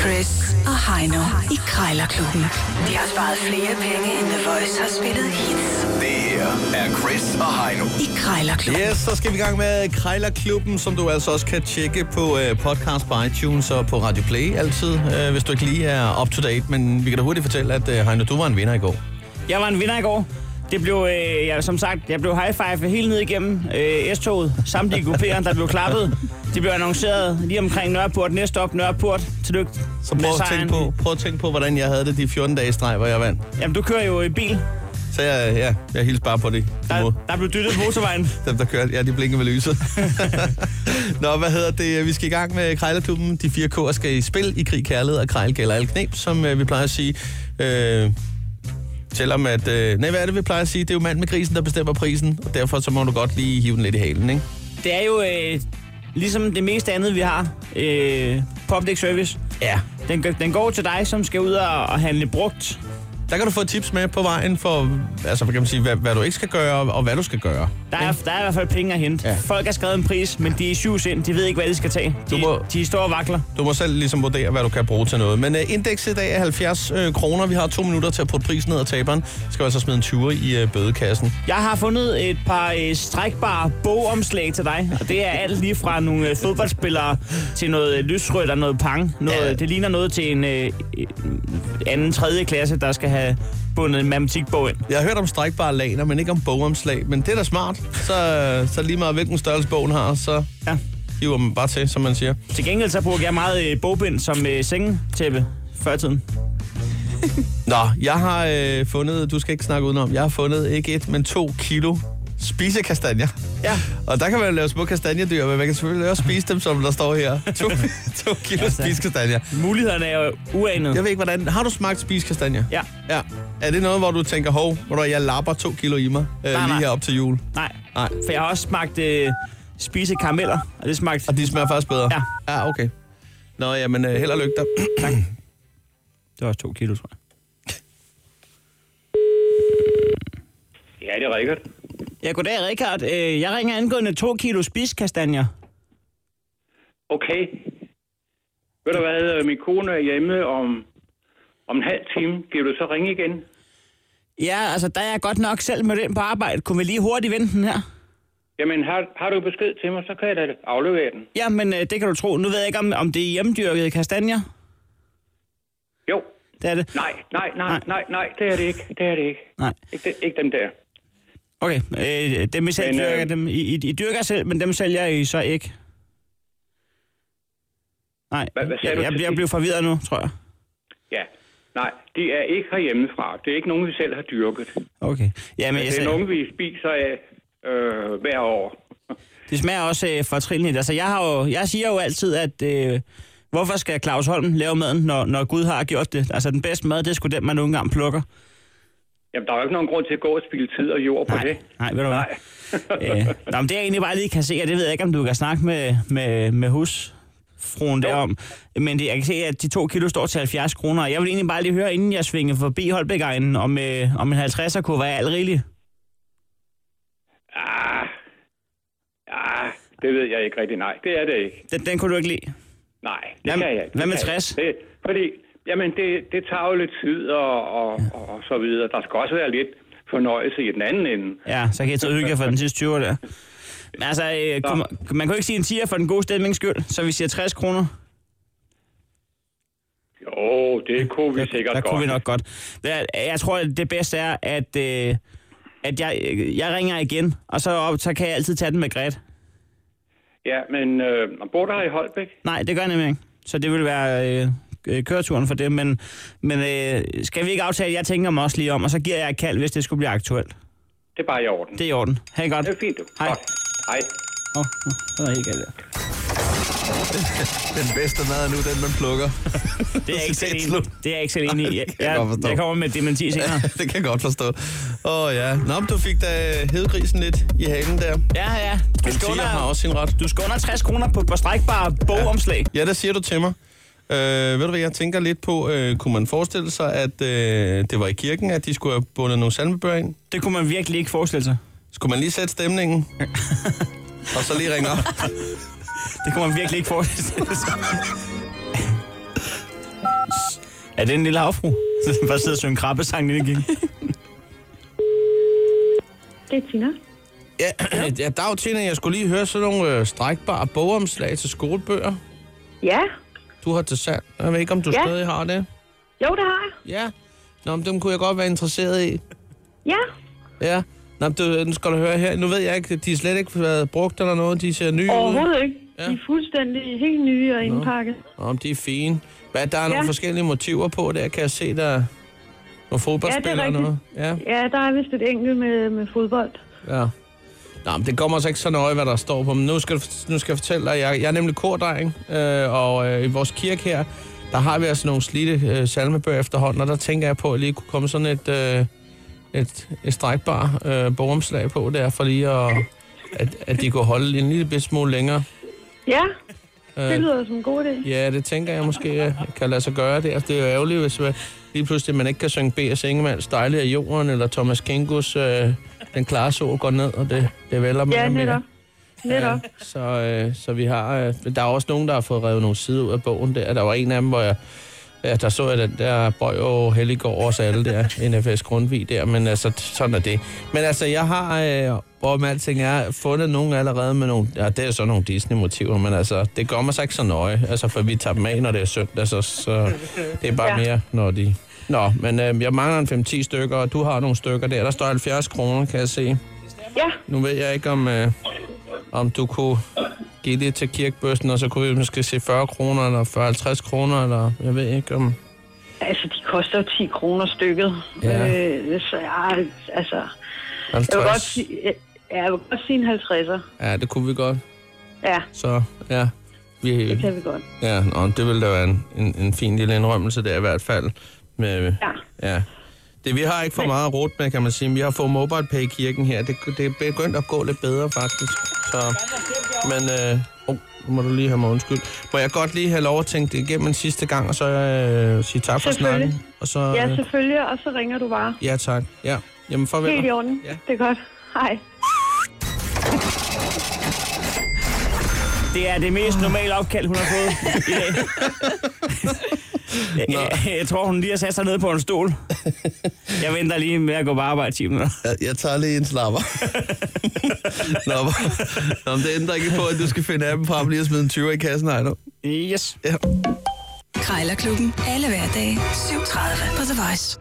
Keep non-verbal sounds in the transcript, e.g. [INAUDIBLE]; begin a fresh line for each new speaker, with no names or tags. Chris og Heino i Krejlerklubben. De har sparet flere penge, end The Voice har spillet hits
Det her er Chris og Heino.
i Krejlerklubben.
Yes, så skal vi i gang med Krejlerklubben, som du altså også kan tjekke på øh, podcast på iTunes og på Radio Play altid, øh, hvis du ikke lige er up to date. Men vi kan da hurtigt fortælle, at øh, Heino, du var en vinder i går.
Jeg var en vinder i går. Det blev, øh, jeg, som sagt, jeg blev high five hele ned igennem øh, S-toget. Samtlige grupperende, der blev klappet. Det blev annonceret lige omkring Nørreport. Næste op Nørreport. Tillykke
Så
med
prøv at,
sejren.
tænke på, prøv at tænke på, hvordan jeg havde det de 14 dage i streg, hvor jeg vandt.
Jamen, du kører jo i bil.
Så jeg, ja, jeg hilste bare på det.
Der, der blev dyttet på motorvejen.
Dem, der kørte, ja, de blinker med lyset. Nå, hvad hedder det? Vi skal i gang med Krejlerklubben. De fire K'er skal i spil i krig, kærlighed og krejl gælder alle knep, som øh, vi plejer at sige. Øh, selvom at... Øh, nej, hvad er det, vi plejer at sige? Det er jo mand med grisen, der bestemmer prisen, og derfor så må du godt lige hive den lidt i halen, ikke?
Det er jo øh, ligesom det meste andet, vi har. Øh, public service.
Ja.
Den, g- den går til dig, som skal ud og, og handle brugt.
Der kan du få tips med på vejen for, altså, hvad kan man sige, hvad, hvad du ikke skal gøre, og, og hvad du skal gøre.
Der er, der er i hvert fald penge at hente.
Ja.
Ja. Folk har skrevet en pris, men de er syv sind. De ved ikke, hvad de skal tage.
Du
De,
må-
de står og vakler.
Du må selv ligesom vurdere, hvad du kan bruge til noget. Men øh, indekset i dag er 70 øh, kroner. Vi har to minutter til at putte prisen ned, og taberen skal altså smide en 20'er i øh, bødekassen.
Jeg har fundet et par øh, strækbare bogomslag til dig, og det er alt lige fra nogle øh, fodboldspillere til noget øh, lysrødt og noget pang. Noget,
Ja.
Det ligner noget til en øh, øh, anden, tredje klasse, der skal have bundet en matematikbog ind.
Jeg har hørt om strækbare laner, men ikke om bogomslag. Men det er da smart. Så, så lige meget hvilken størrelse bogen har, så
Ja.
hiver man bare til, som man siger.
Til gengæld så brugte jeg meget øh, bogbind som øh, sengetæppe før i tiden.
Nå, jeg har øh, fundet, du skal ikke snakke udenom, jeg har fundet ikke et, men to kilo spisekastanjer.
Ja.
Og der kan man lave små kastanjedyr, men man kan selvfølgelig også spise dem, som der står her. To, [LAUGHS] to kilo
Altså.
spiskastanjer.
Mulighederne er jo uanede.
Jeg ved ikke, hvordan... Har du smagt spiskastanjer?
Ja.
Ja. Er det noget, hvor du tænker, hov, hvor du, jeg lapper to kilo i mig øh,
Nej,
lige
nej.
her op til jul?
Nej,
Nej.
for jeg har også smagt øh, spise karameller, og det smagte...
Og de smager faktisk bedre?
Ja.
Ja, okay. Nå, jamen, øh, held og lykke dig.
Det var også to kilo, tror jeg.
Ja, det er Rikard.
Ja, goddag, Richard. Øh, Jeg ringer angående to kilo spidskastanjer.
Okay. Ved du hvad, øh, min kone er hjemme om, om en halv time. Giver du så ringe igen?
Ja, altså, der er jeg godt nok selv med den på arbejde. Kunne vi lige hurtigt vente den her?
Jamen, har, har du besked til mig, så kan jeg da aflevere den.
Ja, men øh, det kan du tro. Nu ved jeg ikke, om, om det er hjemmedyrkede kastanjer.
Jo.
Det er det.
Nej, nej, nej,
Nej.
nej, nej, det er det ikke. Det er det ikke.
Nej.
Ikke, det, ikke dem der.
Okay, øh, dem I selv
Men, øh,
dyrker, dem, I, I, I dyrker selv, men dem sælger I så ikke. Nej,
Hvad- hvad sagde
jeg,
du
jeg,
til
jeg
sidst?
bliver forvirret nu, tror jeg.
Ja. Nej, de er ikke herhjemmefra. Det er ikke nogen, vi selv har dyrket.
Okay. Ja, men jeg,
Det er
sagde-
nogen, vi spiser af øh, hver år.
det smager også øh, fortrinligt. Altså, jeg, har jo, jeg siger jo altid, at øh, hvorfor skal Claus Holm lave maden, når, når Gud har gjort det? Altså, den bedste mad, det er sgu den, man nogle gange plukker.
Jamen, der er jo ikke nogen grund til at gå og spille tid og jord på det.
nej, ved du hvad?
Nej.
[LAUGHS] Øh, nå, men det jeg egentlig bare lige kan se, og det ved jeg ikke, om du kan snakke med, med, med husfruen derom, men det, jeg kan se, at de to kilo står til 70 kroner, og jeg vil egentlig bare lige høre, inden jeg svinger forbi holbæk om, øh, om en 50'er kunne være alt rigeligt.
Ah, ah, det ved jeg ikke rigtig. Nej, det er det ikke.
Den, den kunne du ikke lide.
Nej, det
Hvad-
kan jeg ikke.
hvad
Det
med
kan jeg
60?
ikke. Det, fordi, jamen, det, det tager jo lidt tid og, og, og, og så videre. Der skal også være lidt fornøjelse i den anden ende.
Ja, så kan jeg tage hygge for den sidste 20 der. Men altså, øh, kunne, man, man kunne ikke sige en 10'er for den gode stemnings skyld, så vi siger 60 kroner.
Jo, det kunne vi sikkert
der
godt.
kunne vi nok godt. Jeg, jeg tror, at det bedste er, at, øh, at jeg, jeg ringer igen, og så, op, så kan jeg altid tage den med Gret.
Ja, men øh, man bor der i Holbæk?
Nej, det gør jeg nemlig ikke. Så det vil være øh, øh, køreturen for det. Men, men øh, skal vi ikke aftale, at jeg tænker mig også lige om, og så giver jeg et kald, hvis det skulle blive aktuelt.
Det er bare i orden.
Det er i orden. Ha' det godt.
det er fint, du.
Hej.
Godt. Hej.
Åh, oh, det var helt galt. der.
Den bedste mad er nu den, man plukker.
Det er jeg ikke selv
Det er
enig, det er jeg ikke selv enig i.
jeg
Jeg,
godt
jeg,
forstå.
jeg kommer med et
[LAUGHS]
dementi senere.
det kan jeg godt forstå. Åh oh, ja. Nå, men du fik da hedgrisen lidt i halen der.
Ja, ja. Du
Men
skal
tiger har
under,
også sin ret.
du skal under 60 kroner på, på strækbare bogomslag.
Ja, det siger du til mig. Øh, ved du hvad, jeg tænker lidt på, øh, kunne man forestille sig, at øh, det var i kirken, at de skulle have bundet nogle salmebøger ind?
Det kunne man virkelig ikke forestille sig.
Skulle man lige sætte [LAUGHS] stemningen? og så lige ringe op.
Det kunne man virkelig ikke forestille sig. Er det en lille havfru? [LAUGHS] Bare sidder og synge krabbesang lige igen.
Det er Tina.
Ja, ja dag, Tina, jeg skulle lige høre sådan nogle øh, strækbare bogomslag til skolebøger.
Ja,
Du har til salg. Jeg ved ikke, om du
Ja.
stadig har det.
jo, det har jeg.
Ja. Nå, men dem kunne jeg godt være interesseret i.
Ja,
Ja. Nå, men du, nu skal du høre her. Nu ved jeg ikke, de er slet ikke været brugt eller noget. De ser nye ud.
overhovedet ikke.
Ja.
De er fuldstændig helt nye og indpakket.
Nå, men de er fine. Hvad, der er nogle
Ja.
forskellige motiver på der. Kan jeg se, der er nogle fodboldspillere og
rigtigt.
noget. Ja,
Ja, der er vist et enkelt med, med fodbold.
ja. Nå, men det kommer altså ikke så nøje, hvad der står på. Men nu skal, nu skal jeg fortælle dig, jeg, jeg er nemlig kordreng, øh, og øh, i vores kirke her, der har vi altså nogle slidte øh, salmebøger efterhånden, og der tænker jeg på, at lige kunne komme sådan et, øh, et, et strækbar øh, bogomslag på der, for lige at, at, at de kunne holde en lille bit smule længere.
Ja,
Øh.
det lyder som en god idé.
Ja, det tænker jeg måske øh, kan lade sig gøre der. Det er jo ærgerligt, hvis man, lige pludselig man ikke kan synge B.S. Ingemanns Dejlig af jorden, eller Thomas Kinkus øh, Den klare sol går ned, og det, det vælger mere
Ja,
og mere.
netop. Netop.
Så, øh, så vi har... Øh, men der er også nogen, der har fået revet nogle sider ud af bogen der. Der var en af dem, hvor jeg... Ja, der så jeg den der bøj og Helligård og os alle der, NFS Grundvig der, men altså, sådan er det. Men altså, jeg har, øh, om alting er, fundet nogen allerede med nogle, ja, det er så nogle Disney-motiver, men altså, det gør mig så ikke så nøje, altså, for vi tager dem af, når det er søndag, så, så det er bare ja.
Ja.
mere, når de... Nå, men øh, jeg mangler en 5-10 stykker, og du har nogle stykker der. Der står 70 kroner, kan jeg se.
Ja,
Nu ved jeg ikke, om, øh, om du kunne give det til kirkebøsten, og så kunne vi måske se 40 kroner, eller 40-50 kroner, eller jeg ved ikke om...
altså de koster jo 10 kroner stykket.
Ja.
Øh, så jeg, altså,
50.
jeg vil godt sige, ja, jeg vil godt sige en 50'er.
Ja, det kunne vi godt.
Ja,
Så ja, vi,
det kan vi godt.
ja nå, det ville da være en, en, en fin lille indrømmelse der i hvert fald. Med,
Ja.
ja. Det, vi har ikke for meget at råd med, kan man sige. men Vi har fået mobile pay i kirken her. Det, det er begyndt at gå lidt bedre, faktisk. Så, men, øh, oh, nu må du lige have mig undskyld. Må jeg godt lige have lov at tænke det igennem en sidste gang, og så øh, sige tak for
Selvfølgelig.
snakken? Og så,
Ja,
øh,
selvfølgelig, og så ringer du bare.
ja, tak. Ja. Jamen, farvel.
Helt i orden.
Ja.
Det er godt. Hej.
Det er det mest normale opkald, hun har fået i dag. Jeg, jeg tror, hun lige har sat sig ned på en stol. Jeg venter lige med at gå på arbejde 10 minutter.
Jeg, jeg tager lige en slapper. [LAUGHS] Nå, hvor- Nå, men det ændrer ikke på, at du skal finde appen frem lige og smide en 20 i kassen, Ejner.
Yes.
Ja.
Krejlerklubben. Alle hverdage. 7.30 på The Voice.